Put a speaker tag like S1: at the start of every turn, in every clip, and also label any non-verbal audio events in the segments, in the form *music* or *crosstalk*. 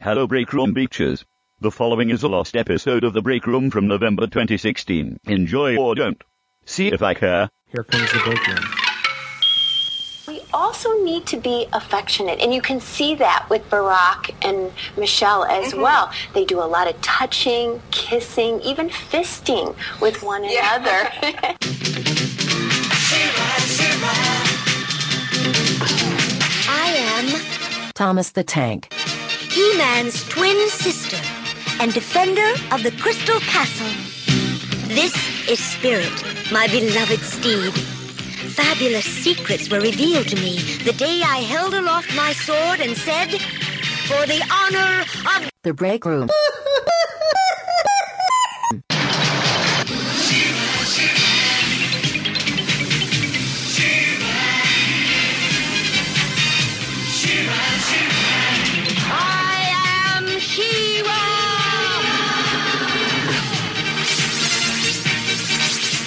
S1: Hello Break Room Beaches. The following is a lost episode of The Break Room from November 2016. Enjoy or don't. See if I care.
S2: Here comes the break room.
S3: We also need to be affectionate, and you can see that with Barack and Michelle as well. They do a lot of touching, kissing, even fisting with one another.
S4: I am
S5: Thomas the Tank.
S4: He Man's twin sister and defender of the Crystal Castle. This is Spirit, my beloved steed. Fabulous secrets were revealed to me the day I held aloft my sword and said, For the honor of.
S5: The break room.
S4: I am She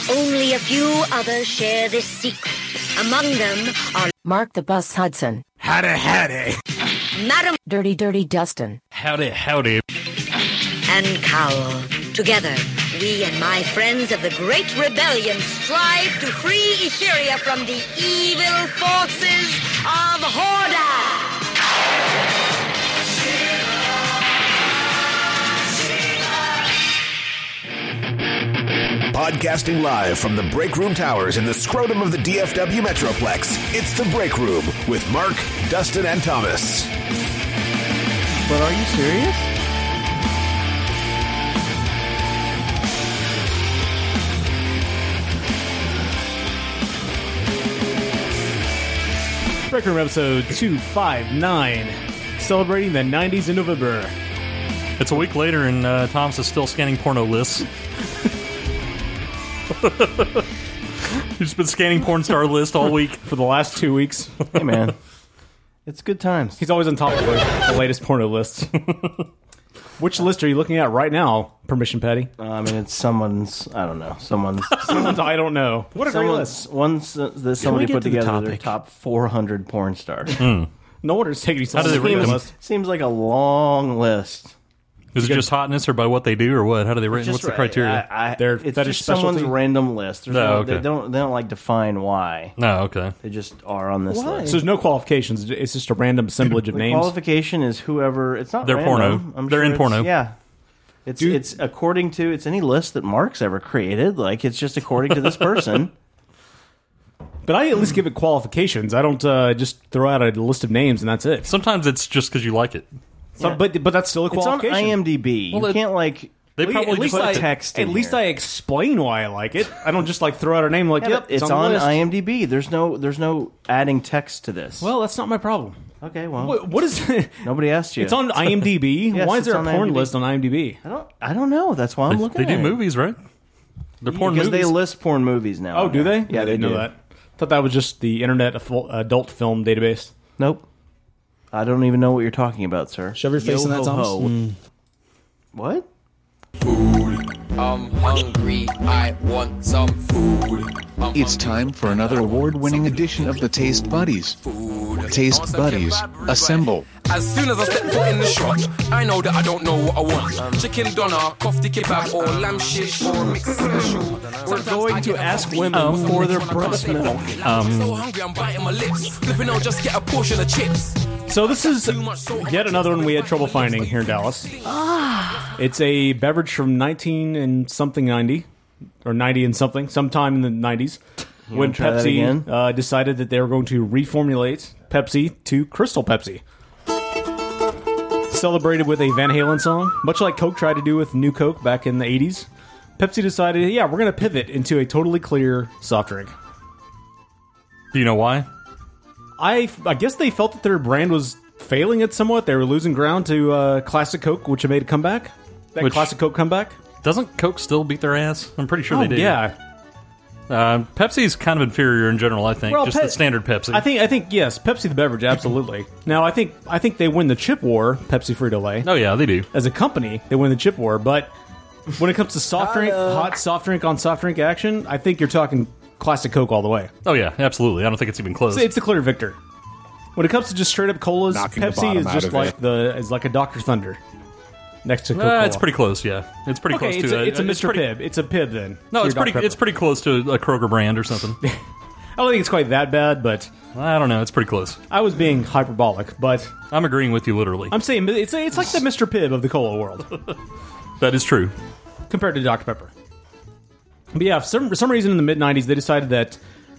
S4: Only a few others share this secret. Among them are
S5: Mark the Bus Hudson.
S2: Howdy, howdy.
S4: Madam
S5: Dirty Dirty Dustin.
S2: Howdy, howdy.
S4: and Cowl. Together, we and my friends of the Great Rebellion strive to free Etheria from the evil forces of Horda.
S6: Podcasting live from the Break Room Towers in the scrotum of the DFW Metroplex, it's The Break Room with Mark, Dustin, and Thomas.
S2: But are you serious?
S7: Break Room episode 259, celebrating the 90s in November.
S8: It's a week later, and uh, Tom's is still scanning porno lists. *laughs* He's been scanning porn star list all week.
S7: For the last two weeks,
S2: Hey, man. it's good times.
S7: he's always on top of the, the latest porno lists. *laughs* Which list are you looking at right now, Permission Petty?
S2: Uh, I mean, it's someone's. I don't know. Someone's.
S7: I don't know. What a great list.
S2: someone's. One's uh, that somebody
S9: get
S2: put
S9: to the
S2: together their
S9: topic?
S2: top 400 porn stars.
S7: No wonder it's taking you so
S8: How do
S7: long
S8: they
S7: to read
S8: read
S7: the
S8: them?
S7: list.
S2: Seems like a long list.
S8: Is it just hotness or by what they do or what? How do they rate? What's the
S2: Just-
S8: criteria?
S2: I, I,
S7: Their
S2: it's
S7: fetish
S2: just someone's
S7: specialty?
S2: random list. There's
S8: No,
S2: no,
S8: okay.
S2: They don't. They don't like define why.
S8: no, okay.
S2: They just are on this
S7: So
S2: list.
S7: there's no qualifications. It's just a random assemblage of
S2: The
S7: names.
S2: qualification is whoever. It's not.
S8: They're
S2: random.
S8: porno.
S2: I'm
S8: They're
S2: sure
S8: in
S2: it's-
S8: porno.
S2: Yeah. It's it's according to it's any list that Mark's ever created. Like it's just according to this person.
S7: but I at least give it qualifications. I don't uh, just throw out a list of names and that's it.
S8: Sometimes it's just because you like it.
S7: So- but but that's still a
S2: it's on
S7: qualification.
S2: IMDb. you
S8: it-
S2: can't like.
S8: They
S7: At
S8: probably
S7: least
S8: just
S7: I-
S2: put text
S7: At
S2: in
S7: least
S2: here.
S7: I explain why I like it. I don't just like throw out a name like,
S2: Yeah,
S7: yep,
S2: but it's,
S7: the
S2: on,
S7: list.
S2: IMDb. There's no there's no adding text to this.
S7: Well, that's not my problem.
S2: okay, well,
S7: What, what is *laughs*
S2: nobody asked you.
S7: It's on IMDb.
S2: *laughs* Yes,
S7: Why is
S2: it's
S7: there a
S2: on
S7: porn
S2: IMDb.
S7: list on IMDb?
S2: I don't I don't know. That's why I'm
S8: They,
S2: looking.
S8: they
S2: at
S8: do
S2: it.
S8: movies, right? They're porn
S2: because
S8: movies.
S2: they list porn movies now.
S7: Oh,
S2: on
S7: do
S2: there.
S7: they?
S2: Yeah,
S7: I
S2: they
S7: didn't
S2: do.
S7: know that. Thought that was just the internet af- adult film database.
S2: Nope. I don't even know what you're talking about, sir.
S9: Shove your face in that, Thomas.
S2: What?
S10: I'm hungry, I want some food. I'm
S11: It's time for another award winning edition of the Taste Buddies.
S10: food.
S11: Taste
S10: I want some
S11: buddies,
S10: kebab, right?
S11: assemble.
S10: As soon as I step foot in the shop, I know that I don't know what I
S11: Um,
S10: want. Chicken doner, kofti kebab, or lamb shish, or mixed special. We're going to ask women
S7: Um,
S10: for their breast milk. I'm so hungry, I'm biting my lips. Flipping out, just get a portion of chips.
S7: So this is
S10: much so-
S7: yet another one we had trouble finding here in Dallas.
S2: Ah.
S7: It's a beverage from 19 and something 90 or 90 and something, sometime in the 90s when
S2: try that again?
S7: Pepsi uh, decided that they were going to reformulate Pepsi to Crystal Pepsi. Celebrated with a Van Halen song, much like Coke tried to do with New Coke back in the 80s. Pepsi decided, yeah, we're going to pivot into a totally clear soft drink.
S8: do you know why?
S7: I, I guess they felt that their brand was failing it somewhat. They were losing ground to uh, Classic Coke, which made a comeback. That
S8: Which-
S7: Classic Coke comeback.
S8: Doesn't Coke still beat their ass? I'm pretty sure
S7: Oh,
S8: they do.
S7: yeah.
S8: Uh, Pepsi's kind of inferior in general, I think.
S7: Well,
S8: just
S7: Pe-
S8: the standard Pepsi.
S7: I think I think yes, Pepsi the beverage absolutely. now I think I think they win the chip war, Pepsi Frito Lay.
S8: Oh, yeah, they do.
S7: As a company, they win the chip war, but when it comes to soft drink, hot soft drink on soft drink action, I think you're talking Classic Coke all the way.
S8: Oh, yeah, absolutely. I don't think it's even close.
S7: It's, it's a clear victor. When it comes to just straight up colas,
S8: Knocking the
S7: Pepsi
S8: bottom
S7: is
S8: out
S7: just
S8: of
S7: like
S8: it.
S7: the is like a Dr Thunder next to Coca.
S8: Uh, it's pretty close, yeah. It's pretty
S7: Okay,
S8: close
S7: it's
S8: to
S7: a-
S8: it.
S7: it's a Mr.
S8: pretty-
S7: Pibb. It's a Pibb then.
S8: No,
S7: Your
S8: it's
S7: Dr.
S8: pretty.
S7: Pepper.
S8: It's pretty close to a Kroger brand or
S7: *laughs*
S8: something.
S7: I don't think it's quite that bad, but
S8: I don't know. It's pretty close.
S7: I was being hyperbolic, but
S8: I'm agreeing with you literally.
S7: I'm saying it's it's like the Mr. Pibb of the cola world
S8: That is true.
S7: compared to Dr Pepper. But yeah, for some for some reason in the mid '90s they decided that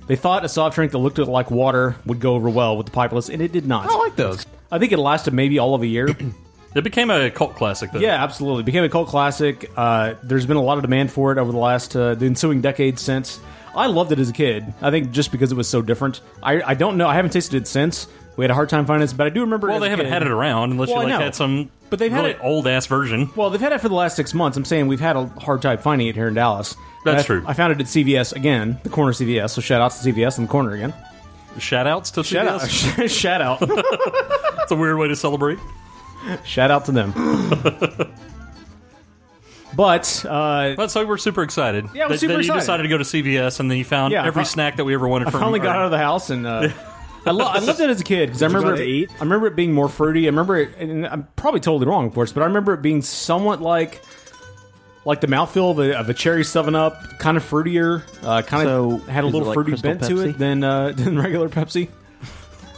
S7: they thought a soft drink that looked like water would go over well with the pipeless, and it did not. I like
S8: those.
S7: I think it lasted maybe all of a year.
S8: It became a cult classic, though.
S7: Yeah, absolutely. Became a cult classic. Uh, there's been a lot of demand for it over the last uh, the ensuing decades since. I loved it as a kid. I think just because it was so different. I, I don't know. I haven't tasted it since. We had a hard time finding it, but I do remember.
S8: Well,
S7: as a
S8: they haven't
S7: kid-
S8: had it around unless
S7: Well, I
S8: you like
S7: know.
S8: had some.
S7: But they've had
S8: really
S7: it-
S8: old ass version.
S7: Well, they've had it for the last six months. I'm saying we've had a hard time finding it here in Dallas.
S8: That's
S7: I-
S8: true.
S7: I found it at CVS again, the corner CVS. So shout out to CVS in the corner again.
S8: Shout outs to
S7: Shout
S8: *laughs*
S7: out, *laughs*
S8: CBS.
S7: shout out.
S8: It's a weird way to celebrate.
S7: Shout out
S8: *laughs*
S7: to them. but uh,
S8: That's why we're super excited.
S7: Yeah, we're
S8: that,
S7: super
S8: that
S7: excited.
S8: You decided to go to CVS and then you found
S7: Yeah, I
S8: every
S7: fi-
S8: snack that we ever wanted
S7: I
S8: from.
S7: finally
S8: or-
S7: got out of the house and uh, *laughs* I, lo- I loved it as a kid because I
S2: you
S7: remember
S2: go to
S7: it,
S2: eat?
S7: I remember it being more fruity. I remember it, and I'm probably totally wrong, of course, but I remember it being somewhat like like the mouthfeel of a, of a cherry Seven Up, kind of fruitier, uh, kind
S2: So,
S7: of had a
S2: is it
S7: little
S2: like
S7: fruity
S2: Crystal
S7: bent to
S2: Pepsi?
S7: it than uh, *laughs* than regular Pepsi.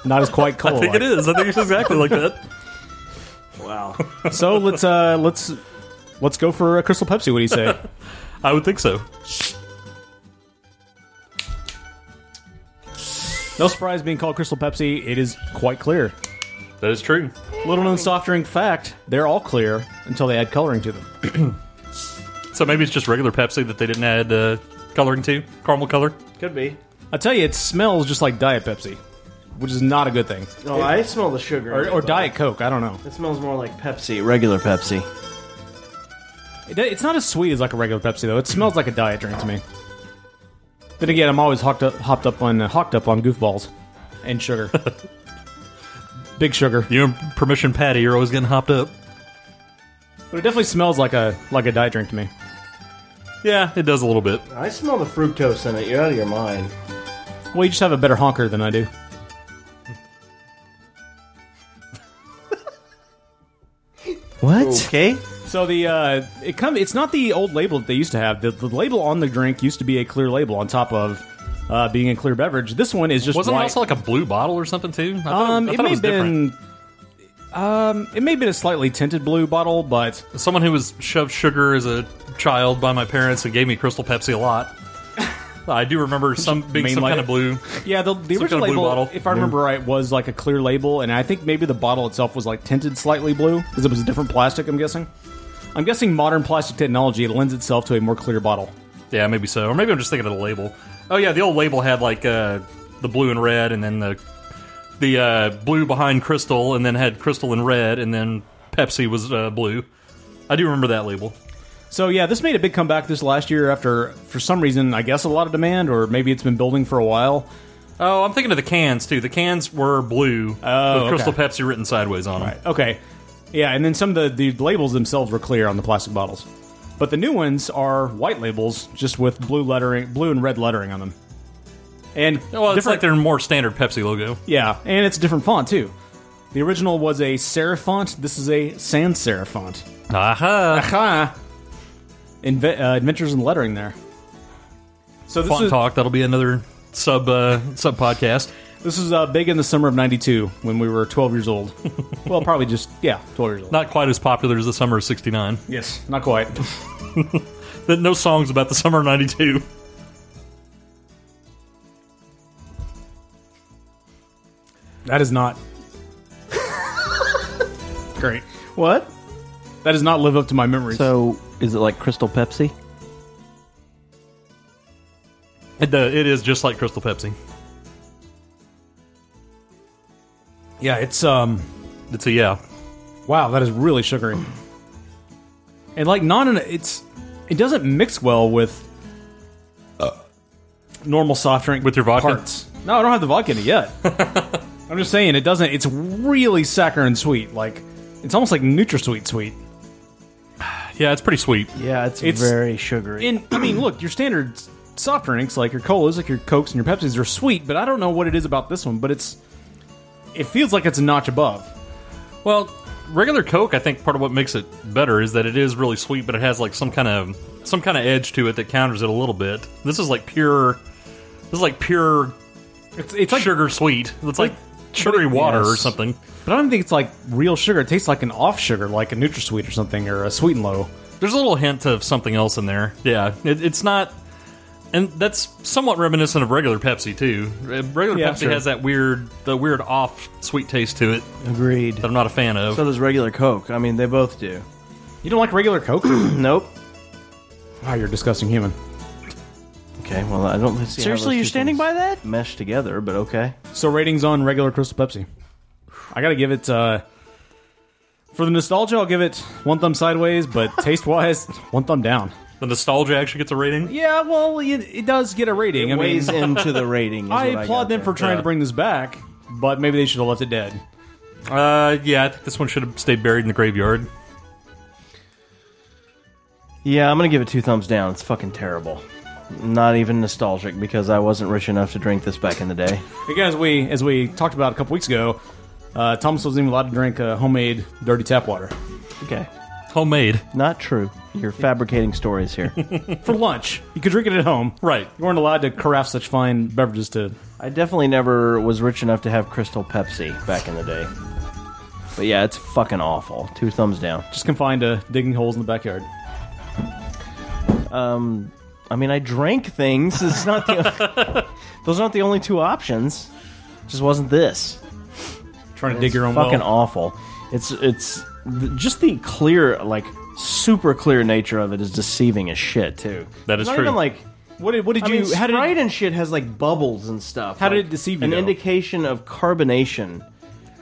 S7: Not as *laughs* quite cola.
S8: I think it is. I think it's exactly like that.
S2: Wow.
S7: So let's uh, let's let's go for a Crystal Pepsi. What do you *laughs* say?
S8: I would think so.
S7: no surprise, being called Crystal Pepsi, it is quite clear.
S8: That is true.
S7: Little known soft drink fact: they're all clear until they add coloring to them.
S8: So maybe it's just regular Pepsi that they didn't add uh, coloring to caramel color.
S2: Could be.
S7: I tell you, it smells just like Diet Pepsi, which is not a good thing.
S2: Oh, I smell the sugar.
S7: Or,
S2: in it,
S7: or
S2: though.
S7: Diet Coke, I don't know.
S2: It smells more like Pepsi, regular Pepsi.
S7: It- it's not as sweet as like a regular Pepsi though. It smells like a diet drink to me. Then again, I'm always hopped up, hopped up on uh, hopped up on goofballs and sugar, big sugar.
S8: You and Permission Patty, you're always getting hopped up.
S7: But it definitely smells like a like a diet drink to me.
S8: Yeah, it does a little bit.
S2: I smell the fructose in it. You're out of your mind.
S7: Well, you just have a better honker than I do.
S2: What? Okay.
S7: So the uh, it come it's not the old label that they used to have. The, the label on the drink used to be a clear label on top of uh, being a clear beverage. This one is just
S8: Wasn't it
S7: white.
S8: also like a blue bottle or something too? I thought,
S7: Um,
S8: I
S7: it
S8: thought
S7: may
S8: was
S7: have
S8: different.
S7: been. Um, it may have been a slightly tinted blue bottle, but
S8: Someone who was shoved sugar as a child by my parents and gave me Crystal Pepsi a lot. I do remember some being some
S7: Mainline.
S8: kind of blue.
S7: yeah, the, the
S8: Some
S7: original
S8: kind of blue
S7: label,
S8: bottle.
S7: if I remember right, was like a clear label, and I think maybe the bottle itself was like tinted slightly blue because it was a different plastic. I'm guessing. I'm guessing modern plastic technology lends itself to a more clear bottle.
S8: Yeah, maybe so. Or maybe I'm just thinking of the label. Oh yeah, the old label had like uh, the blue and red, and then the the uh, blue behind Crystal, and then had Crystal and red, and then Pepsi was uh, blue. I do remember that label.
S7: So yeah, this made a big comeback this last year after, for some reason, I guess a lot of demand, or maybe it's been building for a while.
S8: Oh, I'm thinking of the cans too. The cans were blue
S7: Oh,
S8: with Crystal
S7: okay.
S8: Pepsi written sideways on them.
S7: Okay. Yeah, and then some of the, the labels themselves were clear on the plastic bottles. But the new ones are white labels, just with blue lettering, blue and red lettering on them. And
S8: Oh, Well, it's like
S7: different,
S8: their more standard Pepsi logo.
S7: yeah, and it's a different font too. The original was a serif font. This is a sans serif font.
S8: *laughs* Aha!
S7: Aha! Inve- uh, adventures in lettering there. So this
S8: Font
S7: is
S8: talk. That'll be another sub uh, sub podcast.
S7: this is uh, big in the summer of '92 when we were 12
S8: *laughs*
S7: years old. well, probably just yeah, 12 years old.
S8: Not quite as popular as the summer of '69.
S7: yes, not quite.
S8: No songs about the summer of *laughs* '92.
S7: That is not. Great.
S2: What?
S7: That does not live up to my memories.
S2: So, is it like Crystal Pepsi?
S8: It, uh, it is just like Crystal Pepsi.
S7: yeah, it's um.
S8: It's a yeah.
S7: Wow, that is really sugary. And like not in a, it's it doesn't mix well with normal soft drink
S8: With your vodka?
S7: parts. No, I don't have the vodka in
S8: *laughs*
S7: it yet. I'm just saying it doesn't. It's really saccharine sweet. Like it's almost like NutraSweet sweet.
S8: Yeah, it's pretty sweet.
S2: Yeah, it's,
S7: It's-
S2: very sugary.
S7: And I mean, look, your standard s- soft drinks like your colas, like your cokes and your Pepsis are sweet, but I don't know what it is about this one. But it's it feels like it's a notch above.
S8: Well, regular Coke, I think part of what makes it better is that it is really sweet, but it has like some kind of some kind of edge to it that counters it a little bit. This is like pure. This is like pure
S7: It's, it's like
S8: sugar sweet. It's like, sugary
S7: but it-
S8: water or
S7: yes.
S8: something.
S7: But I don't think it's like real sugar. It tastes like an off sugar, like a NutraSweet or something, or a Sweet and Low.
S8: There's a little hint of something else in there. Yeah, it, it's not, and that's somewhat reminiscent of regular Pepsi too. Uh, Regular
S7: Yeah,
S8: Pepsi
S7: sure.
S8: has that weird, the weird off sweet taste to it
S2: Agreed.
S8: that I'm not a fan of.
S2: So does regular Coke. I mean, they both do. *clears throat*
S7: You don't like regular Coke? *clears throat* wow,
S2: Nope.
S7: you're a disgusting human.
S2: Okay. Well, I don't see
S7: Seriously, you're standing
S2: by that? Mesh together, but okay.
S7: So ratings on regular Crystal Pepsi. I gotta give it uh for the nostalgia. I'll give it one thumb sideways,
S2: *laughs*
S7: but taste wise, one thumb down.
S8: the nostalgia actually gets a rating.
S7: Yeah, well, it, it does get a rating. I *laughs*
S2: It weighs
S7: mean,
S2: into the rating. is
S7: I
S2: what
S7: applaud
S2: got
S7: them
S2: there.
S7: for trying
S8: Yeah.
S7: to bring this back, but maybe they should have left it dead.
S8: Uh, yeah, I think this one should have stayed buried in the graveyard.
S2: Yeah, I'm gonna give it two thumbs down. It's fucking terrible. Not even nostalgic because I wasn't rich enough to drink this back in the day.
S7: Again, as we as we talked about a couple weeks ago, uh, Thomas wasn't even allowed to drink uh, homemade dirty tap water
S2: Okay.
S8: Homemade,
S2: Not true. You're fabricating stories *laughs* here.
S7: for lunch. You could drink it at home.
S8: right?
S7: You weren't allowed to carafe such fine beverages to.
S2: I definitely never was rich enough to have Crystal Pepsi back in the day. But yeah, it's fucking awful. Two thumbs down.
S7: Just confined to digging holes in the backyard.
S2: I mean, I drank things. It's not the
S7: *laughs*
S2: those aren't the only two options. Just wasn't this.
S7: Trying to dig your own
S2: fucking
S7: well.
S2: awful. It's it's th- just the clear like super clear nature of it is deceiving as shit too.
S8: That is
S2: not
S8: true.
S2: Even like
S7: What did, what did
S2: I
S7: you?
S2: mean,
S7: how did
S2: Sprite and shit has like bubbles and stuff.
S7: How did
S2: like,
S7: it deceive you,
S2: An
S7: though?
S2: indication of carbonation,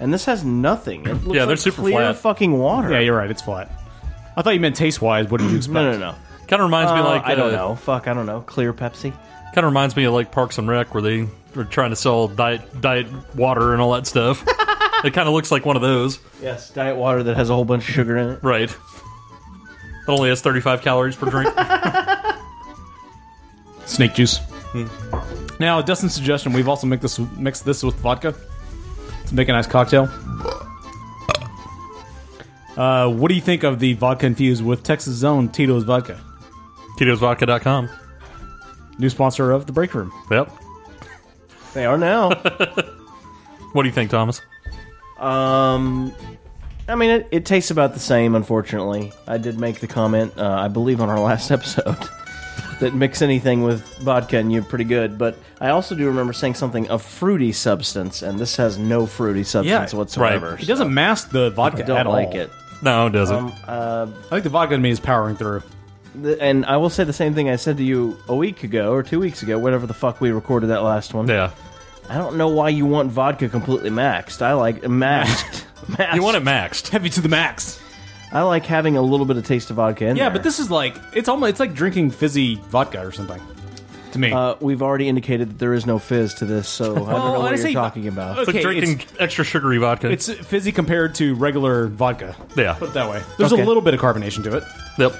S2: and this has nothing. It looks
S8: Yeah, they're
S2: like
S8: super
S2: clear
S8: flat.
S2: fucking water.
S7: Yeah, you're right. It's flat. I thought you meant taste wise. What did you expect?
S2: no, no, no.
S8: Kind of reminds me
S2: Uh,
S8: like
S2: I don't
S8: uh,
S2: know. Fuck, I don't know. Clear Pepsi.
S8: Kind of reminds me of like Parks and Rec, where they were trying to sell diet diet water and all that
S7: *laughs*
S8: stuff. it kind of looks like one of those,
S2: Yes, diet water that has a whole bunch of sugar in it.
S8: right? It only has thirty five calories per
S7: *laughs*
S8: drink.
S7: Snake juice.
S2: Hmm.
S7: Now, Dustin's suggestion: we've also mixed this mixed this with vodka to make a nice cocktail. Uh, what do you think of the vodka infused with Texas Zone Tito's Vodka?
S8: KetosVodka.com.
S7: New sponsor of the Break Room.
S8: Yep.
S2: They are now.
S8: What do you think, Thomas?
S2: Um, I mean, it, it tastes about the same. Unfortunately, I did make the comment, uh, I believe, on our *laughs* last episode that mix anything with vodka and you're pretty good. But I also do remember saying something of fruity substance, and this has no fruity substance
S7: Yeah,
S2: whatsoever.
S7: It doesn't mask the vodka
S2: I don't
S7: at all.
S2: like it. Um, uh,
S8: No, it doesn't.
S7: Um, I think the vodka in me is powering through.
S2: Th- And I will say the same thing I said to you a week ago or two weeks ago, whatever the fuck we recorded that last one.
S8: yeah.
S2: I don't know why you want vodka completely maxed.
S7: *laughs*
S2: I like uh, maxed. maxed.
S8: You want it maxed.
S7: Heavy to the max.
S2: I like having a little bit of taste of vodka in
S7: Yeah,
S2: there.
S7: but this is like it's almost it's like drinking fizzy vodka or something. To me,
S2: Uh, we've already indicated that there is no fizz to this,
S8: *laughs* Oh,
S2: so I don't know
S7: I
S2: what
S7: say-
S2: you're talking about.
S8: It's like
S7: okay,
S8: drinking extra sugary vodka.
S7: it's fizzy compared to regular vodka.
S8: yeah.
S7: Put it that way. There's
S2: Okay.
S7: a little bit of carbonation to it.
S8: Yep.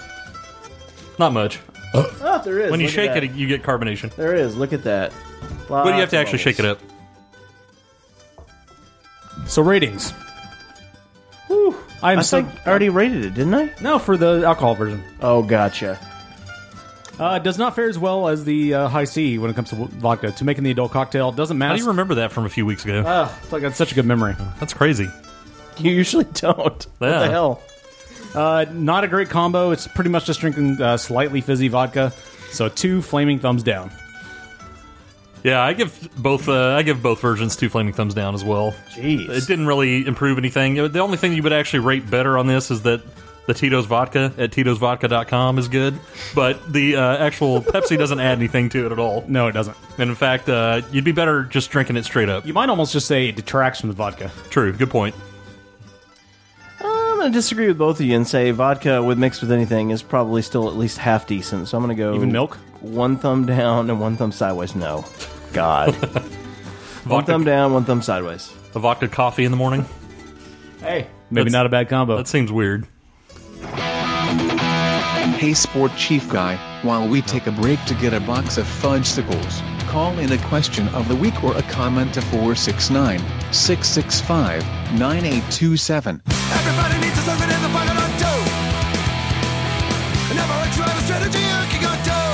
S8: Not much.
S2: Oh, there is.
S8: When you
S2: Look at
S8: shake
S2: that. Ah,
S8: it, you get carbonation.
S2: there is. Look at that.
S8: But you have to actually shake it up.
S7: So ratings. I'm
S2: I
S7: so
S2: think I already rated it, didn't I?
S7: no for the alcohol version.
S2: Oh, gotcha.
S7: Uh, it does not fare as well as the uh, high C when it comes to w- vodka. To making the adult cocktail doesn't matter.
S8: How do you remember that from a few weeks ago?
S2: Ah.
S7: Uh, it's like that's such a good memory.
S8: That's crazy.
S2: You usually don't. What
S8: Yeah.
S2: the hell?
S7: Uh, not a great combo. It's pretty much just drinking uh, slightly fizzy vodka. So two flaming thumbs down.
S8: Yeah, I give both. Uh, I give both versions two flaming thumbs down as well.
S2: Jeez.
S8: it didn't really improve anything. Uh, The only thing you would actually rate better on this is that the Tito's vodka at Tito'sVodka.com is good, but the uh,
S2: *laughs*
S8: actual Pepsi doesn't add anything to it at all.
S7: No, it doesn't.
S8: And in fact, uh, you'd be better just drinking it straight up.
S7: You might almost just say it detracts from the vodka.
S8: True. Good point.
S2: I'm going to disagree with both of you and say vodka with mixed with anything is probably still at least half decent. So I'm going to go
S7: Even milk?
S2: One thumb down and one thumb sideways. No,
S8: *laughs*
S2: God. one
S8: Vodka-
S2: thumb down, one thumb sideways.
S8: A vodka coffee in the morning.
S7: Hey, maybe
S8: That's-
S7: not a bad
S2: Oh.
S7: combo.
S8: That seems weird.
S11: Hey, Sport Chief Guy, while we take a break to get a box of fudgesicles, call in a question of the week or a comment to 469 665 9827.
S10: Everybody needs a servant in the pocket on dough. Never a trial a strategy I can go do.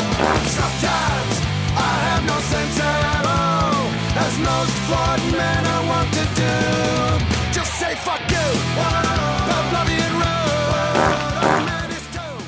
S10: Sometimes I have no sense at all. As most flawed men I want to do. Just say fuck you. Pavlovian road. Man is dough.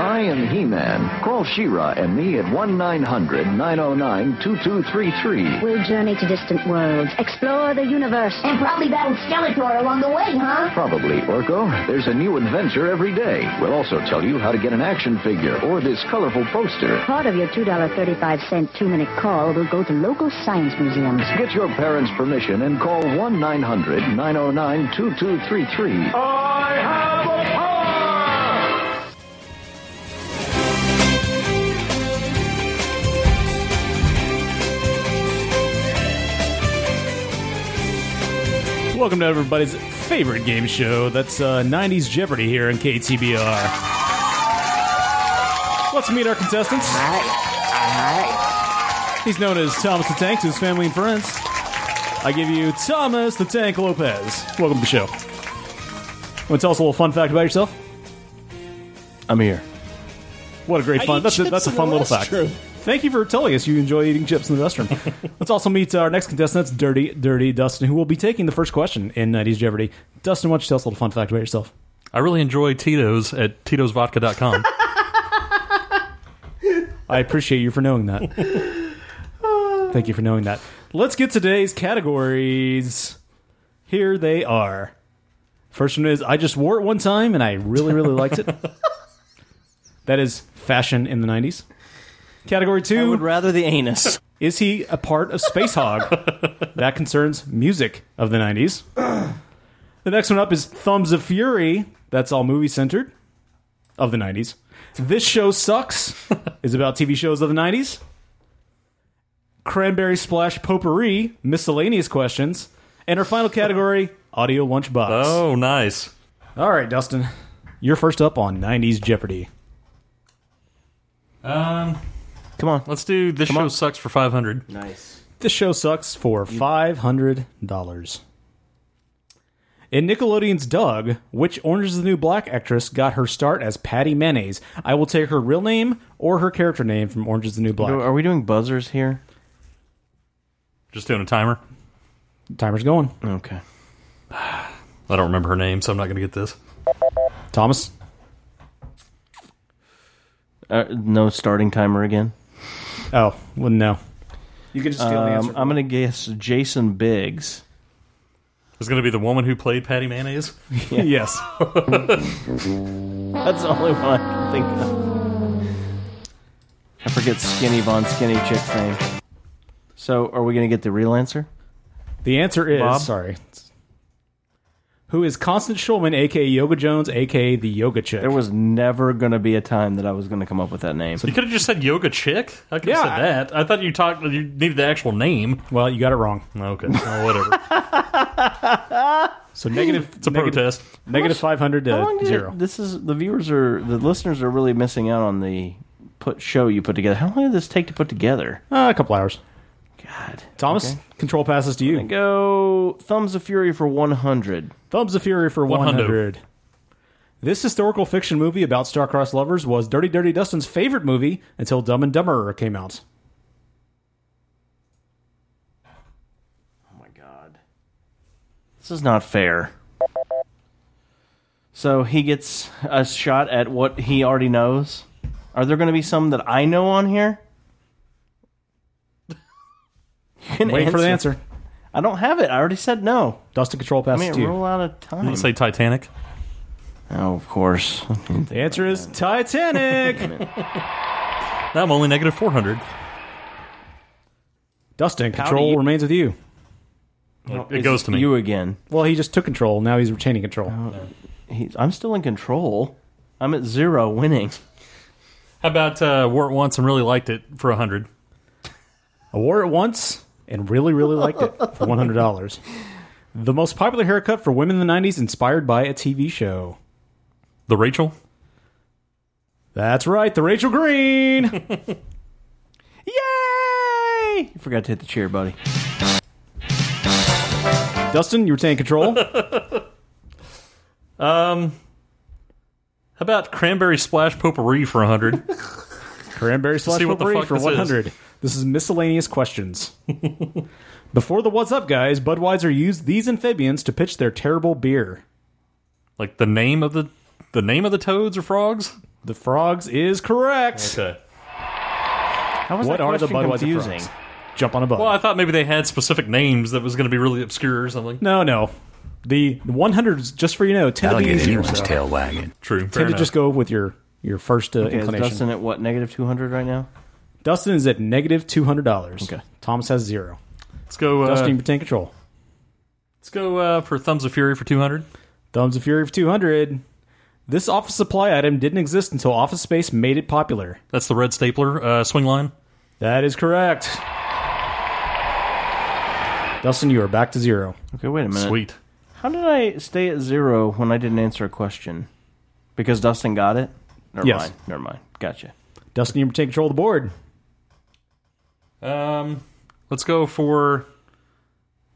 S9: I am He Man. Call Shira and me at 1 900 909 2233.
S12: We'll journey to distant worlds, explore the universe, and probably battle Skeletor along the way, huh?
S9: Probably, Orko. There's a new adventure every day. We'll also tell you how to get an action figure or this colorful poster.
S12: Part of your $2.35 two minute call will go to local science museums.
S9: Get your parents' permission and call 1 900 909 2233.
S7: Welcome to everybody's favorite game show. That's uh, 90s Jeopardy here in KTBR. Let's meet our contestants. He's known as Thomas the Tank to his family and friends. I give you Thomas the Tank Lopez. Welcome to the show. Want to tell us a little fun fact about yourself?
S2: I'm here.
S7: What a great
S2: I
S7: fun!
S2: eat
S7: That's a,
S2: chips
S7: that's a
S2: in
S7: fun
S2: the
S7: little fact.
S2: restroom.
S7: *laughs* Thank you for telling us you enjoy eating chips in the
S2: *laughs*
S7: restroom. Let's also meet our next contestant, that's Dirty Dirty Dustin, who will be taking the first question in '90s Jeopardy. Dustin, why don't you tell us a little fun fact about yourself?
S8: I really enjoy Tito's at
S7: *laughs*
S8: titosvodka.com.
S7: I appreciate you for knowing that.
S2: *laughs*
S7: Thank you for knowing that. Let's get today's categories. Here they are. First one is I just wore it one time and I really, really liked
S2: *laughs*
S7: it. that is fashion in the 90s. Category two. I would
S2: rather the anus.
S7: Is he a part of Space Hog? that concerns music of the 90s. The next one up is Thumbs of Fury. That's all movie centered of the 90s. This show sucks is about TV shows of the 90s. Cranberry Splash Potpourri, miscellaneous questions. And our final category, Audio Lunchbox.
S8: Oh, nice.
S7: All right, Dustin. You're first up on 90s Jeopardy.
S8: Um,
S2: Come on.
S8: Let's do this
S7: Come
S8: show
S7: on.
S8: sucks for 500.
S2: Nice.
S7: This show sucks for $500. In Nickelodeon's Doug, which Orange is the New Black actress got her start as Patty Mayonnaise? I will take her real name or her character name from Orange is the New Black.
S2: Are we doing buzzers here?
S8: Just doing a timer.
S7: Timer's going.
S2: Okay.
S8: I don't remember her name, so I'm not going to get this.
S7: Thomas?
S2: Uh, no starting timer again.
S7: Oh, well, no. You can
S2: Um, I'm going to guess Jason Biggs.
S8: It's going to be the woman who played Patty Mayonnaise.
S7: Um, *laughs* yes.
S2: That's the only one I can think of. I forget Skinny Von Skinny Chick's name. So, are we going to get the real answer?
S7: The answer is
S2: Bob?
S7: sorry. Who is Constant Schulman, aka Yoga Jones, aka the Yoga Chick?
S2: There was never going to be a time that I was going to come up with that name.
S8: You could have just said Yoga Chick. I could
S7: Yeah,
S8: have
S7: I-
S8: said that. I thought you talked. You needed the actual name.
S7: well, you got it wrong.
S8: Okay, well, whatever.
S7: So negative.
S8: It's a protest.
S7: Negative five hundred
S2: How long
S7: to
S2: did
S7: zero.
S2: it- this is the viewers are the listeners are really missing out on the put show you put together. How long did this take to put together?
S7: Uh, a couple hours.
S2: God,
S7: Thomas,
S2: Okay.
S7: control passes to you.
S2: go thumbs of fury for one hundred.
S7: Thumbs of fury for one
S8: 100.
S7: hundred. This historical fiction movie about star-crossed lovers was Dirty Dirty Dustin's favorite movie until Dumb and Dumberer came out.
S2: Oh my god, this is not fair. So he gets a shot at what he already knows. Are there going to be some that I know on here? You can
S7: Waiting for the answer.
S2: I don't have it. I already said no.
S7: Dustin control
S2: I
S7: passes
S2: mean,
S7: to you.
S2: roll out of time.
S8: Let's say Titanic.
S2: oh, of course.
S7: The answer is Titanic.
S8: Now I'm only negative 400.
S7: Dustin,
S2: How do
S7: control
S2: you-
S7: remains with you.
S8: It goes to me.
S2: You again.
S7: Well, he just took control. Now he's retaining control.
S2: He's, I'm still in control. I'm at zero winning.
S8: How about uh, Wore It Once and Really Liked It for 100?
S7: I wore it once and really, really liked it for one hundred dollars. The most popular haircut for women in the '90s, inspired by a TV show.
S8: The Rachel?
S7: That's right, the Rachel Green.
S2: Hey! You forgot to hit the chair, buddy.
S7: Dustin, you
S8: *laughs*
S7: retain control.
S8: Um, how about cranberry splash potpourri for hundred?
S7: cranberry splash potpourri for 100. This is
S8: *laughs*
S7: miscellaneous questions. Before the What's Up guys, Budweiser used these amphibians to pitch their terrible beer.
S8: Like the name of the the name of the toads or frogs?
S7: The frogs is correct.
S8: Okay.
S7: How
S8: was
S7: what
S8: that
S7: are the
S8: question
S7: Budweiser
S8: confusing?
S7: frogs? Jump on a bug.
S8: Well, I thought maybe they had specific names that was going to be really obscure or something.
S7: No, no. The 100s, just for you know, tend to be easier. so.
S8: wagging. True.
S7: Tend
S8: fair
S7: to
S8: enough.
S7: just go with your your first uh,
S2: Okay, is
S7: inclination.
S2: Dustin at what, negative 200 right now?
S7: Dustin is at negative two hundred dollars. Okay. Thomas has zero.
S8: Let's go. Uh,
S7: Dustin, you retain control.
S8: Let's go uh, for Thumbs of Fury for 200.
S7: Thumbs of Fury for 200. This office supply item didn't exist until Office Space made it popular.
S8: That's the red stapler uh, swing line.
S7: That is correct. Dustin, you are back to zero.
S2: Okay, wait a minute.
S8: Sweet.
S2: How did I stay at zero when I didn't answer a question? Because Dustin got it? Never
S7: Yes.
S2: mind. Never mind. Gotcha.
S7: Dustin, you retain control of the board.
S8: Um, let's go for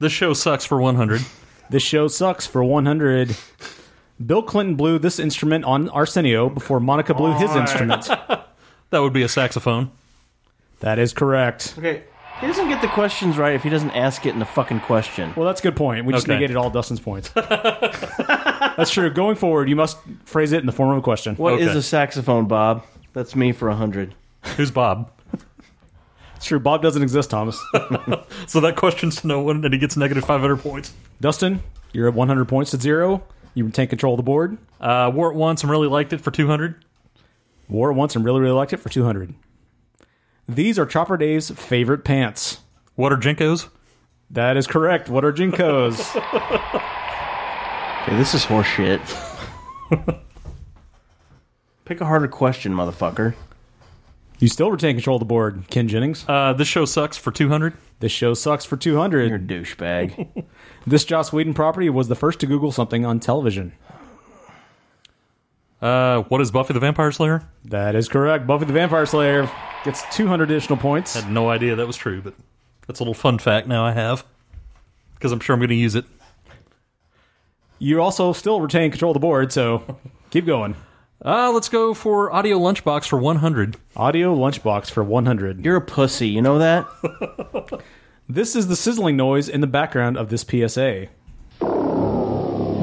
S8: this show sucks for 100.
S7: This show sucks for 100. Bill Clinton blew this instrument on Arsenio before Monica blew his instrument.
S8: that would be a saxophone.
S7: That is correct.
S2: Okay. He doesn't get the questions right if he doesn't ask it in the fucking question.
S7: Well, that's a good point. We just
S2: Okay.
S7: negated all Dustin's points. that's true. Going forward, you must phrase it in the form of a question.
S2: What is a saxophone, Bob? That's me for a 100.
S8: Who's Bob?
S7: It's true. Bob doesn't exist, Thomas.
S8: so that question's to no one, and he gets negative 500 points.
S7: Dustin, you're at 100 points to zero. You retain control of the board.
S8: Uh, wore it once and really liked it for 200.
S7: Wore it once and really, really liked it for 200. These are Chopper Dave's favorite pants.
S8: What are Jinkos?
S7: That is correct. What are Jinkos?
S2: Okay, this is horseshit. *laughs* Pick a harder question, motherfucker.
S7: you still retain control of the board, Ken Jennings.
S8: Uh, this show sucks for 200.
S7: This show sucks for 200. You're a
S2: douchebag.
S7: this Joss Whedon property was the first to Google something on television.
S8: Uh, what is Buffy the Vampire Slayer?
S7: That is correct. Buffy the Vampire Slayer gets 200 additional points.
S8: Had no idea that was true, but that's a little fun fact now I have. Because I'm sure I'm going to use it.
S7: You also still retain control of the board, so keep going.
S8: Uh, let's go for Audio Lunchbox for 100.
S7: Audio Lunchbox for 100.
S2: You're a pussy, you know that?
S7: this is the sizzling noise in the background of this PSA.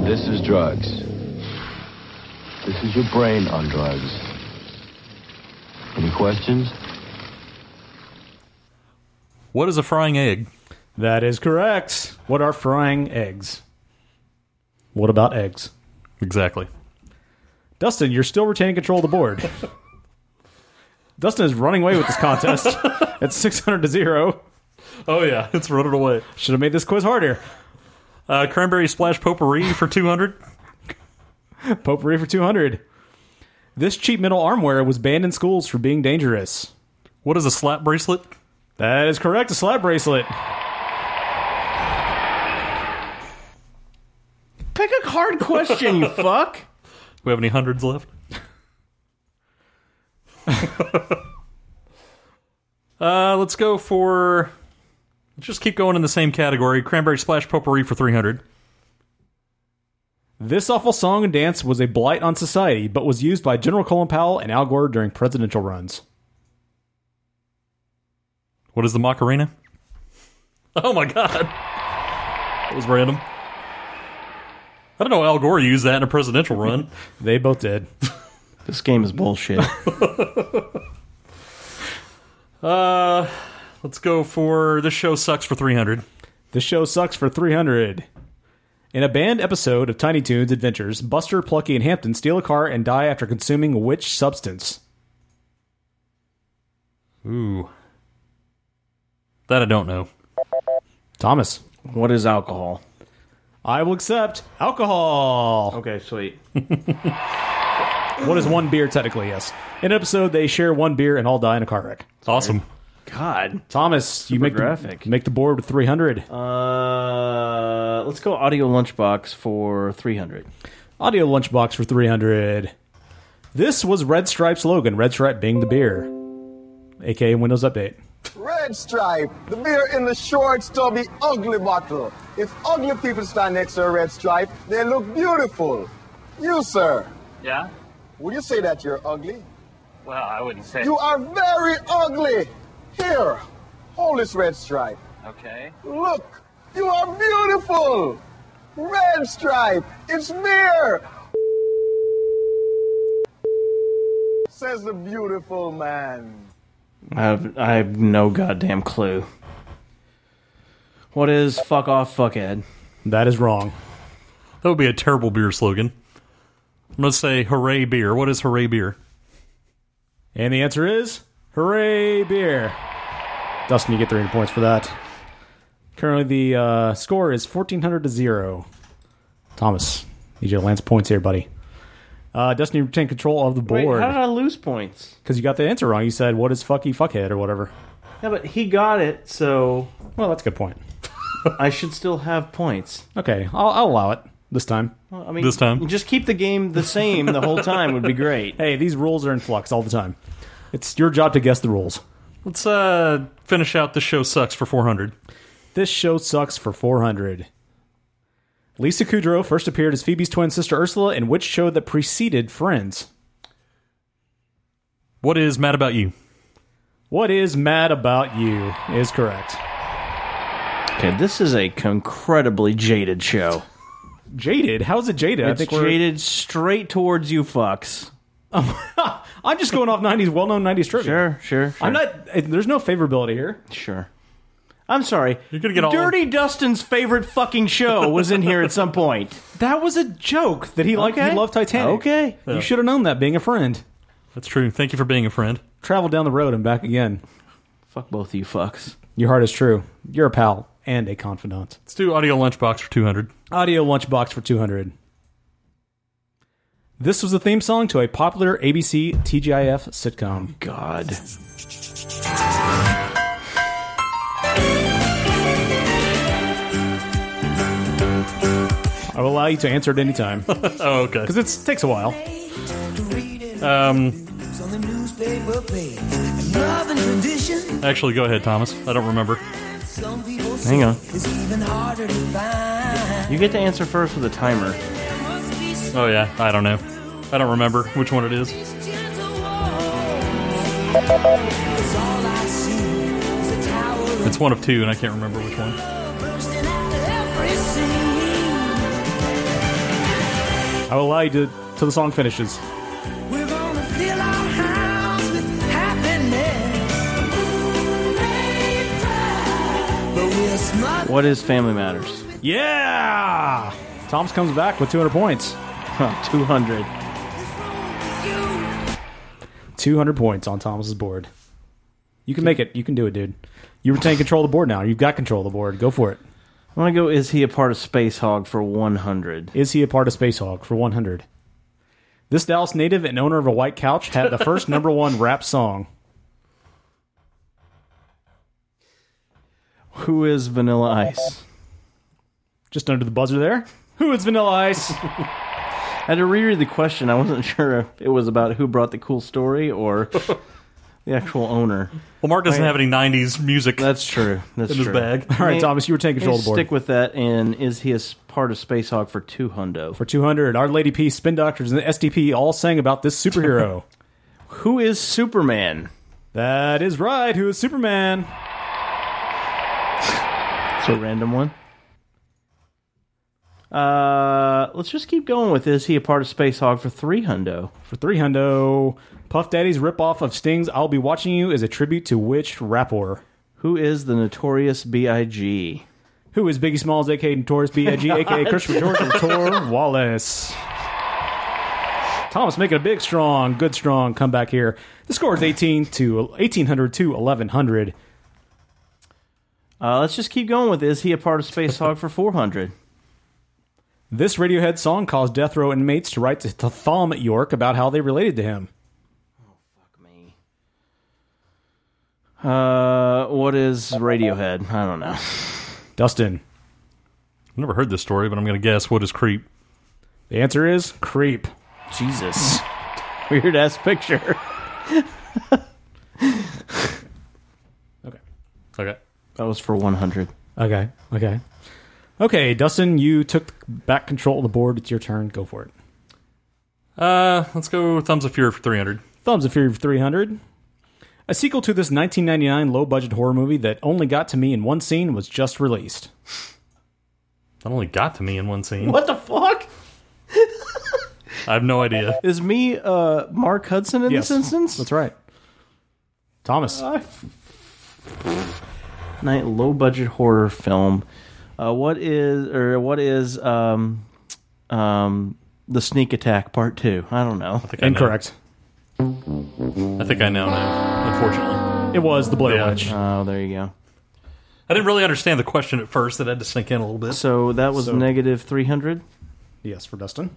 S9: This is drugs. This is your brain on drugs. Any questions?
S8: What is a frying egg?
S7: That is correct. What are frying eggs? What about eggs?
S8: Exactly.
S7: Dustin, you're still retaining control of the board. *laughs* Dustin is running away with this contest *laughs* at 600 to 0.
S8: Oh, yeah, *laughs* it's running away.
S7: Should have made this quiz harder.
S8: Uh, cranberry splash potpourri for 200.
S7: Potpourri for 200. This cheap metal armware was banned in schools for being dangerous.
S8: What is a slap bracelet?
S7: That is correct, a slap bracelet.
S2: Pick a hard question, you fuck.
S8: Do we have any hundreds left? *laughs* uh, let's go for. Let's just keep going in the same category. Cranberry splash potpourri for 300.
S7: This awful song and dance was a blight on society, but was used by General Colin Powell and Al Gore during presidential runs.
S8: What is the Macarena? Oh my god. That was random. I don't know Al Gore used that in a presidential run.
S7: they both did.
S2: This game is bullshit.
S8: *laughs* Uh let's go for this show sucks for 300.
S7: This show sucks for 300. In a banned episode of Tiny Toons Adventures, Buster, Plucky, and Hampton steal a car and die after consuming which substance?
S8: Ooh. That I don't know.
S7: Thomas.
S2: What is alcohol?
S7: I will accept alcohol.
S2: Okay, sweet.
S7: What is one beer, technically? Yes. In an episode, they share one beer and all die in a car wreck.
S8: Awesome.
S2: God.
S7: Thomas, you make
S2: graphic.
S7: The, make the board with 300.
S2: Uh, let's go audio lunchbox for 300.
S7: Audio lunchbox for 300. This was Red Stripe's slogan, Red Stripe being the beer, aka Windows Update.
S13: red stripe. The beer in the short, stubby, ugly bottle. If ugly people stand next to a red stripe, they look beautiful. You, sir,
S14: Yeah?
S13: would you say that you're ugly?
S14: Well, I wouldn't say.
S13: You are very ugly. Here, hold this red stripe.
S14: Okay.
S13: Look, you are beautiful. Red stripe, it's beer. Says the beautiful man.
S2: I've, I have no goddamn clue. What is fuck off, fuckhead?
S7: That is wrong.
S8: That would be a terrible beer slogan. I'm going to say hooray beer. What is hooray beer?
S7: And the answer is hooray beer. Dustin, you get 300 points for that. Currently, the uh, score is 1,400 to 0. Thomas, need you to lance points here, buddy. Uh, Dustin, you retain control of the
S2: Wait, how did
S7: board
S2: I lose points?
S7: because you got the answer wrong. You said, what is fucky fuckhead or whatever.
S2: Yeah, but he got it, so.
S7: Well, that's a good point.
S2: I should still have points.
S7: Okay, I'll, I'll allow it this time.
S2: Well, I mean, Just keep the game the same the whole time would be great.
S7: Hey, these rules are in flux all the time. It's your job to guess the rules.
S8: Let's uh finish out the show sucks for 400.
S7: This show sucks for 400. Lisa Kudrow first appeared as Phoebe's twin sister Ursula in which show that preceded Friends?
S8: What is Mad About You?
S7: What is Mad About You is correct.
S2: Okay, this is a incredibly jaded show.
S7: Jaded? How's it jaded? I
S2: It's
S7: think we're-
S2: jaded straight towards you fucks.
S7: I'm *laughs* just going off 90s, well known 90s trivia. Sure,
S2: sure,
S7: I'm not, eh, there's no favorability here.
S2: Sure. I'm sorry. You're
S7: gonna get all-
S2: Dirty Dustin's favorite fucking show was in here at some point.
S7: That was a joke that he liked,
S2: Okay.
S7: he loved Titanic.
S2: Okay.
S7: You should have known that being a friend.
S8: That's true. Thank you for being a friend.
S7: Travel down the road and back again.
S2: Fuck both of you fucks.
S7: Your heart is true. You're a pal and a confidant.
S8: Let's do Audio Lunchbox for 200.
S7: Audio lunchbox for 200. This was the theme song to a popular ABC TGIF sitcom.
S2: God.
S7: I will allow you to answer at any time.
S8: *laughs* oh, okay.
S7: Because it takes a while.
S8: Um
S15: On the newspaper page, love and tradition.
S8: actually go ahead Thomas. I don't remember.
S15: Some people
S2: Hang on.
S15: It's even harder to find.
S2: You get to answer first with a timer.
S8: Oh yeah, I don't know. I don't remember which one it is.
S15: It's all I see is a tower of
S8: It's one of two and I can't remember which one.
S15: bursting out of every scene.
S7: I will allow you to till the song finishes.
S15: We're gonna fill our house with happiness. But we're smothered
S2: What is Family Matters? *laughs*
S7: Yeah! Tom's comes back with 200 points.
S2: 200.
S7: 200 points on Thomas's board. You can make it. You can do it, dude. You retain control of the board now. You've got control of the board. Go for it.
S2: I want to go, is he a part of Space Hog for 100?
S7: Is he a part of Space Hog for 100? This Dallas native and owner of a white couch had the first number one rap song.
S2: Who is Vanilla Ice?
S7: Just under the buzzer there. Who is Vanilla Ice?
S2: I had to reread the question. I wasn't *laughs* sure if it was about who brought the cool
S15: *laughs*
S2: story or the actual owner.
S8: Well, Mark doesn't
S2: Wait.
S8: have any 90s music.
S2: That's true. That's
S8: in his
S2: true.
S8: bag.
S7: All right, Thomas, you were taking control of the board.
S2: Stick with that. And is he a s- part of Space Hog for two hundo?
S7: For 200, Our Lady P, Spin Doctors, and the SDP all sang about this superhero.
S2: Who is Superman?
S7: That is right. Who is Superman?
S2: It's a random one. Uh, let's just keep going with is he a part of Space Hog for three hundo?
S7: For 300, Puff Daddy's ripoff of Sting's I'll Be Watching You is a tribute to which rapper?
S2: Who is the notorious B.I.G.?
S7: Who is Biggie Smalls, aka Notorious B.I.G., aka Christopher George and Tor Wallace? Thomas making a big, strong, good, strong comeback here. The score is 18 to 1800 to 1100.
S2: Uh, let's just keep going with is he a part of Space Hog for four hundred?
S7: This Radiohead song caused death row inmates to write to Thom York about how they related to him.
S2: Uh, what is Radiohead? I don't know.
S7: Dustin.
S8: I've never heard this story, but I'm going to guess what is creep.
S7: The answer is creep.
S2: Jesus. *laughs* Weird ass picture.
S7: Okay.
S8: Okay.
S2: That was for 100.
S7: Okay. Okay. Okay, Dustin, you took back control of the board. It's your turn. Go for it.
S8: Uh, let's go Thumbs of Fury for 300.
S7: Thumbs of Fury for 300. A sequel to this 1999 low budget horror movie that only got to me in one scene was just released.
S8: That only got to me in one scene.
S2: What the fuck?
S8: I have no idea.
S2: Is me uh, Mark Hudson in
S7: Yes.
S2: this instance?
S7: That's right. Thomas.
S2: Night low budget horror film. Uh, what is or what is um, um, the sneak attack part two? I don't know.
S8: I know. Incorrect. I think I now know, unfortunately.
S7: It was the Blair
S8: Yeah.
S7: Witch.
S2: Oh, there you go.
S8: I didn't really understand the question at first. It had to sink in a little bit.
S2: So that was
S8: So-
S2: negative three hundred.
S7: Yes, for Dustin.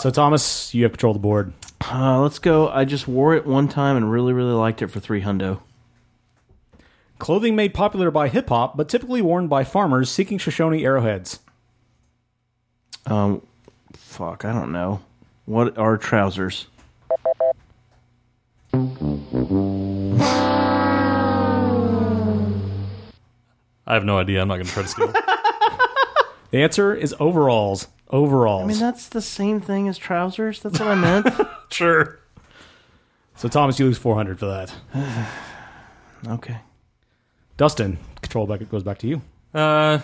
S7: So Thomas, you have control of the board.
S2: Uh, let's go. I just wore it one time and really, really liked it for three hundo.
S7: Clothing made popular by hip hop, but typically worn by farmers seeking Shoshone arrowheads.
S2: Um, fuck, I don't know. What are trousers?
S8: I have no idea. I'm not going to try to steal *laughs* it.
S7: The answer is overalls. Overalls.
S2: I mean, that's the same thing as trousers. That's what I meant.
S8: sure.
S7: So Thomas, you lose four hundred for that.
S2: okay.
S7: Dustin, control back. It goes back to you.
S8: Uh,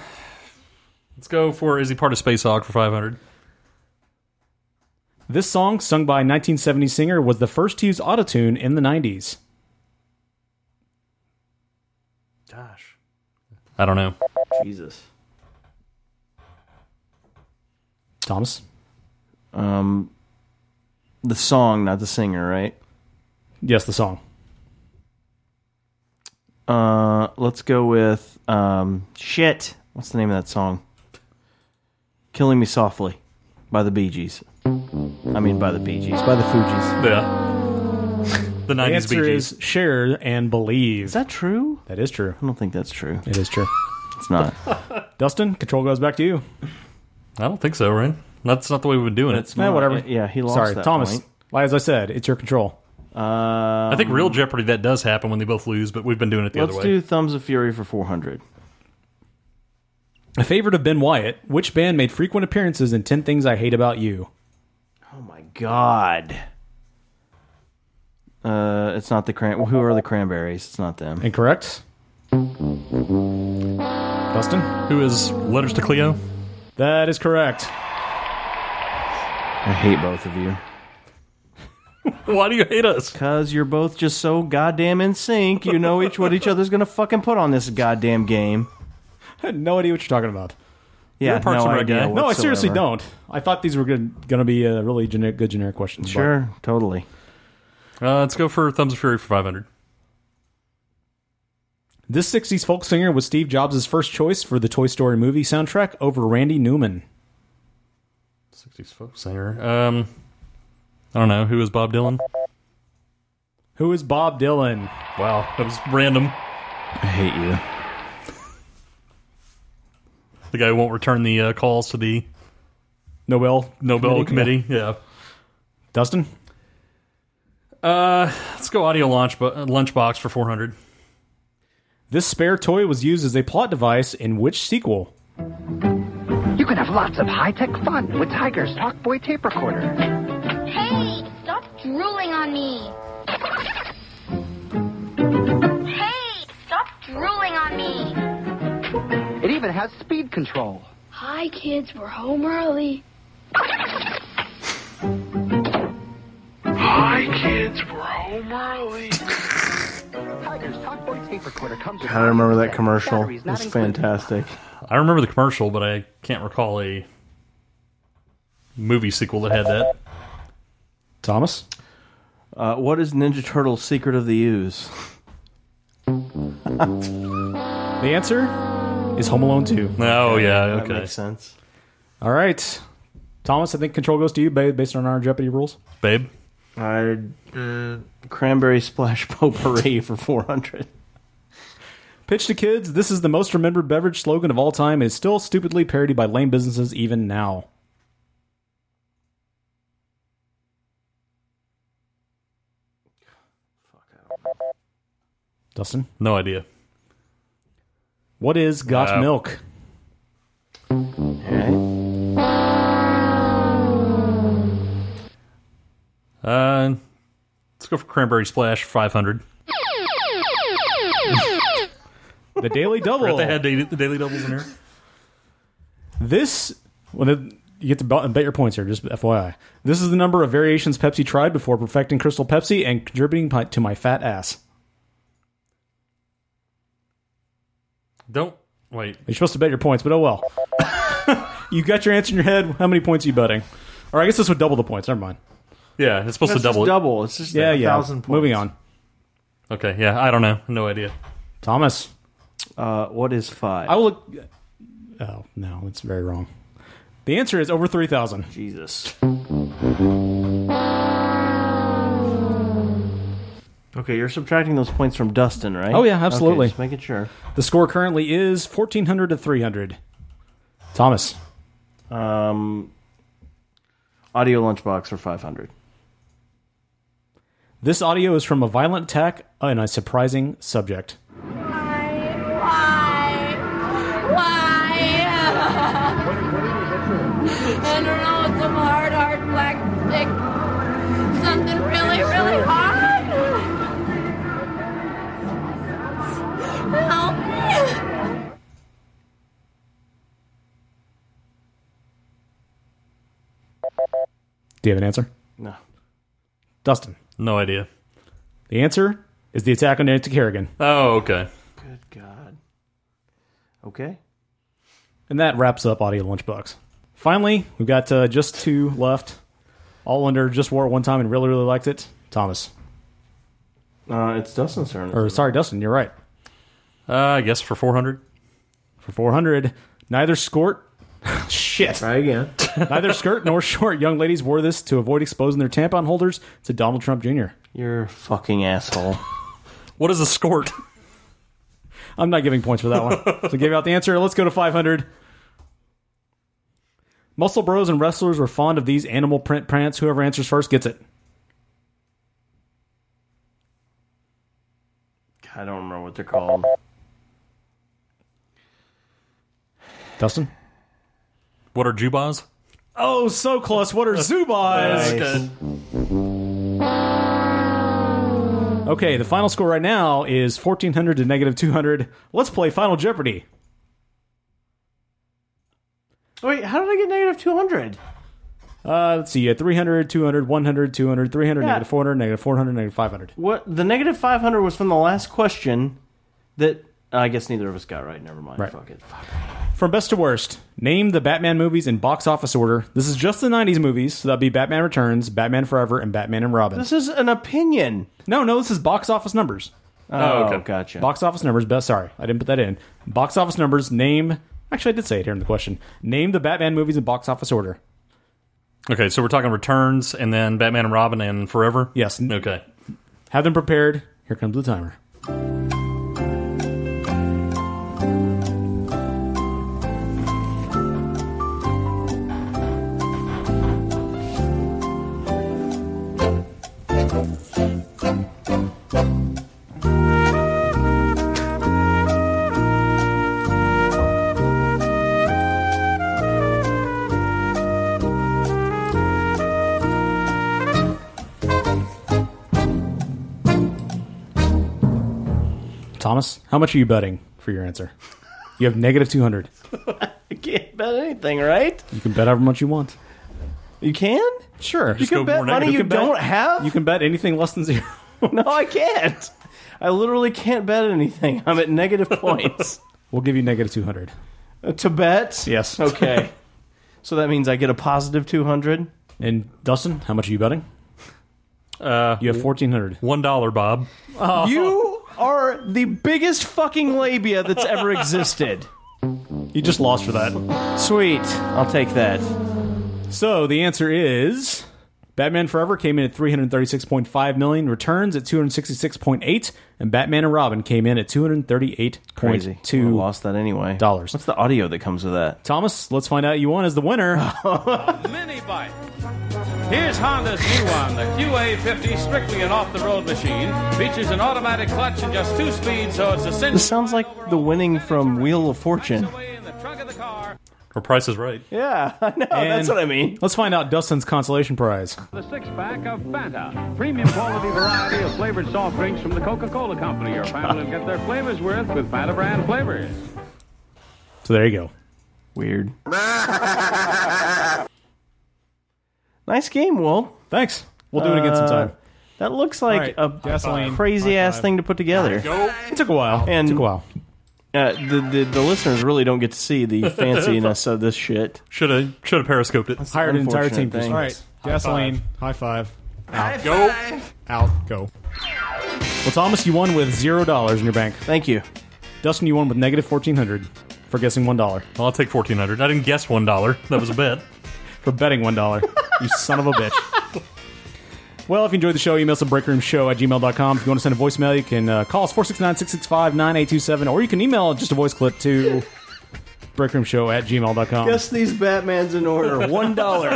S8: let's go for Is He Part of Space Hog for 500.
S7: This song, sung by 1970 singer, was the first to use autotune in the 90s.
S8: Gosh. I don't know.
S2: Jesus.
S7: Thomas?
S2: Um, the song, not the singer, right?
S7: Yes, the song.
S2: Uh, let's go with um, shit. What's the name of that song? "Killing Me Softly" by the Bee Gees. I mean, by the Bee Gees, by the Fugees.
S8: Yeah. *laughs* The 90s
S7: the answer
S8: Bee Gees.
S7: is share and believe. Is
S2: that true?
S7: That is true.
S2: I don't think that's true.
S7: It is true.
S2: It's not.
S7: Dustin, control goes back to you.
S8: I don't think so, right? That's not the way we've been doing it.
S2: That's
S7: Eh,
S2: not-
S7: whatever.
S2: yeah, he lost
S7: Sorry,
S2: that
S7: Thomas.
S2: point.
S7: Like as I said, it's your control.
S2: Uh,
S8: I think Real Jeopardy, that does happen when they both lose, but we've been doing it the
S2: Let's
S8: other way.
S2: do "Thumbs of Fury" for four hundred.
S7: A favorite of Ben Wyatt, which band made frequent appearances in 10 Things I Hate About You?
S2: Oh my god. Uh, it's not the cran. Who are the Cranberries? It's not them.
S7: Incorrect. Dustin?
S8: Who is Letters to Cleo?
S7: That is correct.
S2: I hate both of you.
S8: Why do you hate us?
S2: Cause you're both just so goddamn in sync. You know each what each other's gonna fucking put on this goddamn game.
S7: I had *laughs* no idea what you're talking about.
S2: Yeah, You're a Parks no and Rec idea guy.
S7: No, I seriously
S2: whatsoever.
S7: don't. I thought these were good, gonna be uh, really generic, good generic questions. but-
S2: Sure, totally.
S8: Uh, let's go for Thumbs of Fury for 500.
S7: This '60s folk singer was Steve Jobs' first choice for the Toy Story movie soundtrack over Randy Newman.
S8: 60s folk singer. Um, I don't know. Who is Bob Dylan?
S7: Who is Bob Dylan?
S8: Wow, that was random.
S2: I hate you.
S8: The guy who won't return the uh, calls to the
S7: Nobel
S8: Nobel Committee. Yeah.
S7: Dustin,
S8: Uh, let's go audio launch bu- lunchbox for 400.
S7: this spare toy was used as a plot device in which sequel?
S16: You can have lots of high-tech fun with Tiger's Talkboy tape recorder.
S12: Hey, stop drooling on me. Hey, stop drooling on me.
S16: It even has speed control.
S12: Hi, kids, we're home early.
S16: Hi, kids, we're home early. Tiger's Talkboy tape recorder comes with
S2: God, I remember that commercial. It's fantastic.
S8: I remember the commercial, but I can't recall a movie sequel that had that.
S7: Thomas,
S2: uh, what is Ninja Turtle's Secret of the Ooze?
S7: The answer is Home Alone Two.
S8: Oh yeah,
S2: That makes sense.
S7: All right, Thomas. I think control goes to you ba- based on our Jeopardy rules.
S8: Babe.
S2: I uh, cranberry splash *laughs* potpourri for four hundred.
S7: Pitch to kids. This is the most remembered beverage slogan of all time, and is still stupidly parodied by lame businesses even now. Dustin,
S8: No idea.
S7: What is got
S8: Wow.
S7: milk?
S8: Uh, let's go for Cranberry Splash 500.
S7: The
S8: *laughs*
S7: Daily Double.
S8: Forgot they had daily, the Daily Doubles in there.
S7: This, well, the- you get to bet bet your points here, just FYI. This is the number of variations Pepsi tried before perfecting Crystal Pepsi and contributing pi- to my fat ass.
S8: Don't wait.
S7: You're supposed to bet your points, but oh well. *laughs* you got your answer in your head. How many points are you betting? Or I guess this would double the points. Never mind.
S8: Yeah, it's supposed
S7: That's
S8: to double.
S7: just
S8: it.
S7: double. It's just Yeah, a yeah. thousand points. Moving on.
S8: Okay, yeah, I don't know. No idea.
S7: Thomas.
S2: Uh, what is five?
S7: I will look. Oh, no, that's very wrong. The answer is over 3,000.
S2: Jesus. Okay, you're subtracting those points from Dustin, right?
S7: Oh, yeah,
S2: Okay,
S7: absolutely.
S2: just making sure.
S7: The score currently is 1,400 to 300. Thomas.
S2: Um, audio lunchbox for 500.
S7: This audio is from a violent attack and a surprising subject.
S15: Why? I don't know, some hard, hard black stick. Something really, really hard. Help me.
S7: Do you have an answer?
S2: No.
S7: Dustin.
S8: No idea.
S7: The answer is the attack on Nancy Kerrigan.
S8: Oh, okay.
S2: Okay.
S7: And that wraps up Audio Lunchbox. Finally, we've got uh, just two left. All under just wore it one time and really, really liked it. Thomas.
S2: Uh, it's Dustin's turn.
S7: Or sorry, Dustin, you're right.
S8: Uh, I guess for 400.
S7: For 400, neither skirt. *laughs* Shit.
S2: Try again.
S7: neither skirt nor short young ladies wore this to avoid exposing their tampon holders to Donald Trump Jr.
S2: You're a fucking asshole.
S8: What is a skort?
S7: I'm not giving points for that one. so give out the answer. Let's go to 500. Muscle bros and wrestlers were fond of these animal print pants. Whoever answers first gets it.
S2: I don't remember what they're called.
S7: Dustin?
S8: What are Jubas?
S7: Oh, so close. What are *laughs* Zubas?
S8: Nice.
S7: Okay, the final score right now is 1400 to negative 200. Let's play Final Jeopardy.
S2: Wait, how did I get negative 200?
S7: Uh, let's see. You had 300, 200, 100, 200, 300,
S2: Yeah.
S7: negative 400, negative 400, negative 500.
S2: What the negative 500 was from the last question that I guess neither of us got right. Never mind.
S7: Right.
S2: Fuck it.
S7: From best to worst, name the Batman movies in box office order. This is just the 90s movies, so that'd be Batman Returns, Batman Forever, and Batman and Robin.
S2: This is an opinion.
S7: No, no, this is box office numbers.
S2: Oh, okay. gotcha.
S7: Box office numbers. Best. Sorry, I didn't put that in. Box office numbers. Name. Actually, I did say it here in the question. Name the Batman movies in box office order.
S8: Okay, so we're talking returns and then Batman and Robin and Forever?
S7: Yes.
S8: Okay.
S7: Have them prepared. Here comes the timer. Thomas, how much are you betting for your answer? You have negative two hundred.
S2: I can't bet anything, right?
S7: You can bet however much you want.
S2: You can?
S7: Sure.
S2: You can bet money you,
S7: can bet-
S2: don't have?
S7: You can bet anything less than zero.
S2: *laughs* no, I can't. I literally can't bet anything. I'm at *laughs* negative points.
S7: We'll give you negative two hundred.
S2: Uh, to bet?
S7: Yes.
S2: Okay. *laughs* so that means I get a positive 200.
S7: And Dustin, how much are you betting?
S8: Uh,
S7: you have fourteen hundred.
S8: One dollar, Bob.
S2: Oh. You are the biggest fucking labia that's ever existed.
S7: You just lost for that.
S2: Sweet. I'll take that.
S7: So the answer is Batman Forever came in at 336.5 million, returns at 266.8, and Batman and Robin came in at 238.2
S2: lost that anyway.
S7: dollars.
S2: What's the audio that comes with
S7: *laughs*
S2: that?
S7: Thomas, let's find out you won as the winner.
S10: Mini bite.
S17: Here's Honda's new one, the QA50, strictly an off-the-road machine. Features an automatic clutch and just two speeds, so it's essentially
S2: This sounds like the winning from Wheel of Fortune.
S8: Or Price is Right.
S2: Yeah, *laughs* I know.
S7: And
S2: that's what I mean.
S7: Let's find out Dustin's consolation prize.
S17: the six-pack of Fanta. Premium quality variety of flavored soft drinks from the Coca-Cola Company. Your family will get their flavors with with Fanta brand flavors.
S7: So there you go.
S2: Weird. Nice game, Walt. Uh,
S7: Thanks. We'll do it again sometime.
S2: That looks like
S7: All right,
S2: a
S7: gasoline.
S2: crazy
S7: High
S2: ass
S7: five.
S2: thing to put together.
S7: Go. It took a while.
S2: And
S7: it took a while.
S2: Uh, the, the the listeners really don't get to
S7: *laughs*
S2: see the fanciness of this shit.
S8: Should have should have periscoped it.
S7: Hired an entire team.
S2: Thing.
S7: All right. Gasoline. High five. Out.
S8: Go.
S7: Out. Go. Well, Thomas, you won with zero dollars in your bank.
S2: Thank you.
S7: Dustin, you won with negative fourteen hundred for guessing one dollar.
S8: I'll take fourteen hundred. I didn't guess one dollar. That was a bet.
S7: for betting one dollar. You *laughs* son of a bitch. Well, if you enjoyed the show, email us at breakroomshow at gmail.com. If you want to send a voicemail, you can uh, call us 469 665 9827, or you can email just a voice clip to breakroomshow at gmail.com.
S2: Guess these Batman's in order. *laughs* One dollar.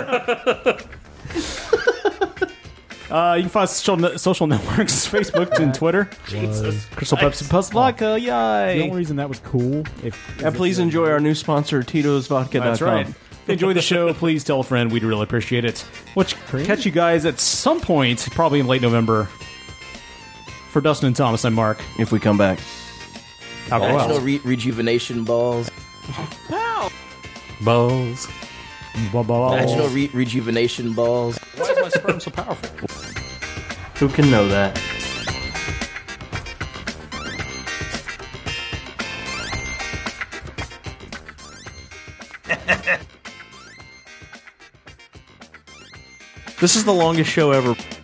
S7: Uh, you can find us on social, social networks, *laughs* Facebook and Twitter.
S2: Jesus
S7: Crystal Pepsi Puzzle Vodka, yay! The only reason that was cool. If,
S2: and please enjoy our new sponsor, Tito's Vodka.
S7: That's right. If you enjoy the show, please tell a friend. We'd really appreciate it. Which catch you guys at some point, probably in late November. For Dustin and Thomas, I'm Mark.
S2: If we come back,
S18: National re- rejuvenation balls.
S8: Balls.
S18: National re- rejuvenation balls.
S8: Why is my sperm so powerful?
S2: Who can know that? This is the longest show ever.